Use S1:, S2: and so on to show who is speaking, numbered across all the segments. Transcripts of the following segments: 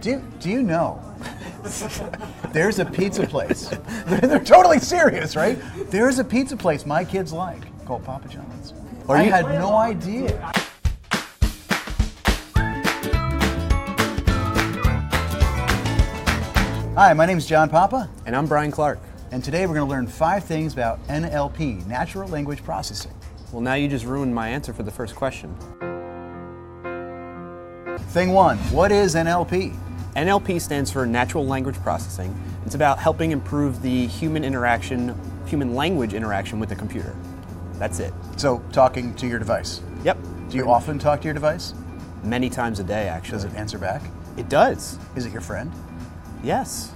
S1: Do you, do you know? There's a pizza place. They're, they're totally serious, right? There's a pizza place my kids like called Papa John's. I had no idea. Hi, my name's John Papa,
S2: And I'm Brian Clark.
S1: and today we're going to learn five things about NLP, natural language processing.
S2: Well, now you just ruined my answer for the first question.
S1: Thing one what is NLP?
S2: NLP stands for Natural Language Processing. It's about helping improve the human interaction, human language interaction with the computer. That's it.
S1: So, talking to your device.
S2: Yep.
S1: Do you often talk to your device?
S2: Many times a day, actually.
S1: Does it answer back?
S2: It does.
S1: Is it your friend?
S2: Yes.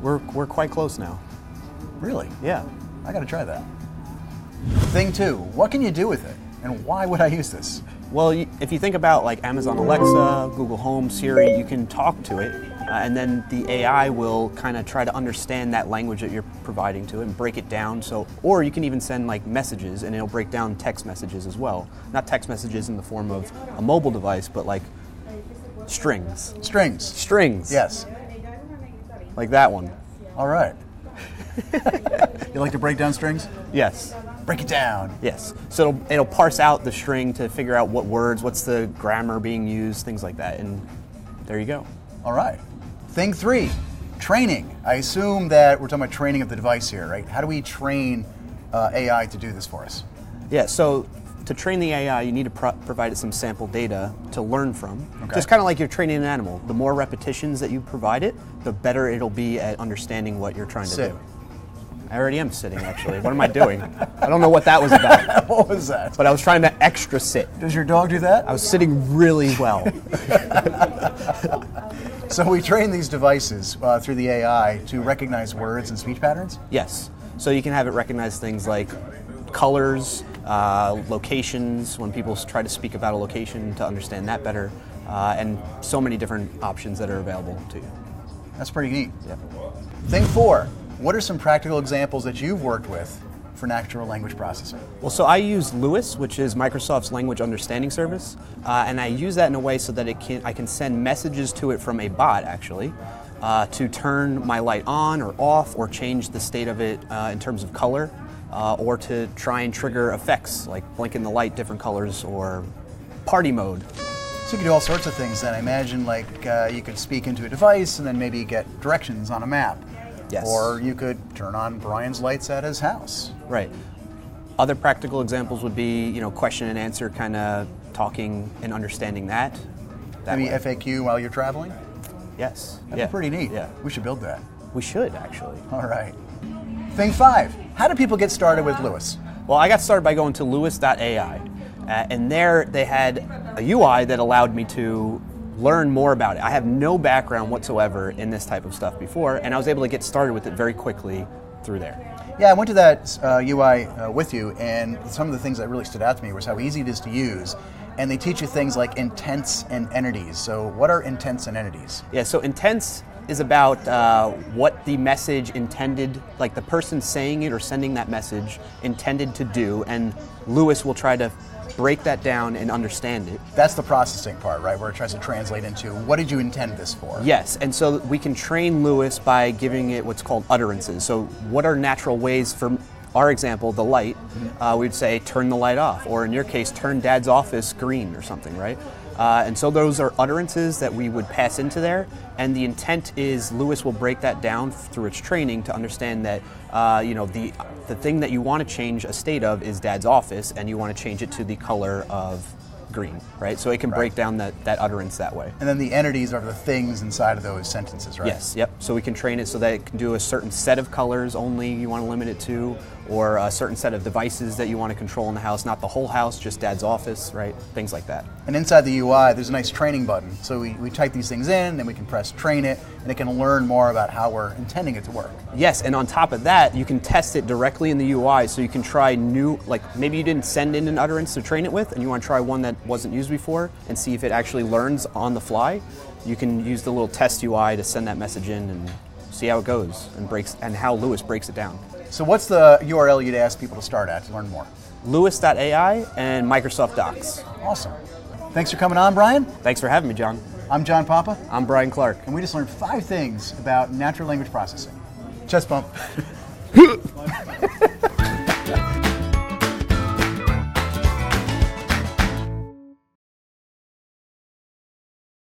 S2: We're, we're quite close now.
S1: Really?
S2: Yeah.
S1: I gotta try that. Thing two, what can you do with it? And why would I use this?
S2: Well, y- if you think about like Amazon Alexa, Google Home, Siri, you can talk to it, uh, and then the AI will kind of try to understand that language that you're providing to it and break it down. So, or you can even send like messages, and it'll break down text messages as well. Not text messages in the form of a mobile device, but like strings,
S1: Strings.
S2: strings.
S1: Yes.
S2: Like that one.
S1: All right. you like to break down strings?
S2: Yes.
S1: Break it down.
S2: Yes. So it'll, it'll parse out the string to figure out what words, what's the grammar being used, things like that, and there you go.
S1: All right. Thing three, training. I assume that we're talking about training of the device here, right? How do we train uh, AI to do this for us?
S2: Yeah, so to train the AI, you need to pro- provide it some sample data to learn from.
S1: Okay.
S2: Just kind of like you're training an animal. The more repetitions that you provide it, the better it'll be at understanding what you're trying to
S1: Sit.
S2: do. I already am sitting, actually. what am I doing? I don't know what that was about,
S1: What was that?
S2: but I was trying to extra sit.
S1: Does your dog do that?
S2: I was sitting really well.
S1: So we train these devices uh, through the AI to recognize words and speech patterns.
S2: yes. So you can have it recognize things like colors, uh, locations, when people s- try to speak about a location to understand that better, uh, and so many different options that are available to you.
S1: That's pretty neat.
S2: Yeah.
S1: Thing four, what are some practical examples that you've worked with for natural language processing?
S2: Well, so I use Lewis, which is Microsoft's language understanding service, uh, and I use that in a way so that it can I can send messages to it from a bot actually. Uh, to turn my light on or off, or change the state of it uh, in terms of color, uh, or to try and trigger effects like blinking the light different colors or party mode.
S1: So you can do all sorts of things then. I imagine like uh, you could speak into a device and then maybe get directions on a map.
S2: Yes.
S1: Or you could turn on Brian's lights at his house.
S2: Right. Other practical examples would be you know question and answer kind of talking and understanding that. that
S1: Maybe
S2: way.
S1: FAQ while you're traveling.
S2: yes.
S1: That'd
S2: yeah.
S1: be pretty neat.
S2: Yeah.
S1: We should build that.
S2: We should actually.
S1: All right. Thing five, how do people get started with Lewis?
S2: Well, I got started by going to Lewis.ai, uh, and there they had a UI that allowed me to learn more about it. I have no background whatsoever in this type of stuff before, and I was able to get started with it very quickly through there.
S1: Yeah, I went to that uh, UI uh, with you, and some of the things that really stood out to me was how easy it is to use. And they teach you things like intents and entities. So, what are intents and entities?
S2: Yeah, so intents is about uh, what the message intended, like the person saying it or sending that message intended to do, and Lewis will try to break that down and understand it.
S1: That's the processing part, right? Where it tries to translate into what did you intend this for?
S2: Yes, and so we can train Lewis by giving it what's called utterances. So, what are natural ways for our example, the light? Uh, we'd say turn the light off, or in your case, turn dad's office green or something, right? Uh, and so, those are utterances that we would pass into there. And the intent is Lewis will break that down through its training to understand that uh, you know the the thing that you want to change a state of is dad's office, and you want to change it to the color of green, right? So it can break down that, that utterance that way.
S1: And then the entities are the things inside of those sentences, right?
S2: Yes, yep. So we can train it so that it can do a certain set of colors only you want to limit it to, or a certain set of devices that you want to control in the house, not the whole house, just dad's office, right? Things like that.
S1: And inside the UI, there's a nice training button. So, we, we type these things in, then we can press train it, and it can learn more about how we're intending it to work.
S2: Yes, and on top of that, you can test it directly in the UI so you can try new, like maybe you didn't send in an utterance to train it with, and you want to try one that wasn't used before and see if it actually learns on the fly. You can use the little test UI to send that message in and see how it goes and breaks and how Lewis breaks it down.
S1: So, what's the URL you'd ask people to start at to learn more?
S2: Lewis.ai and Microsoft Docs.
S1: Awesome. Thanks for coming on, Brian.
S2: Thanks for having me, John.
S1: I'm John Papa,
S2: I'm Brian Clark.
S1: and we just learned five things about natural language processing. Chest bump.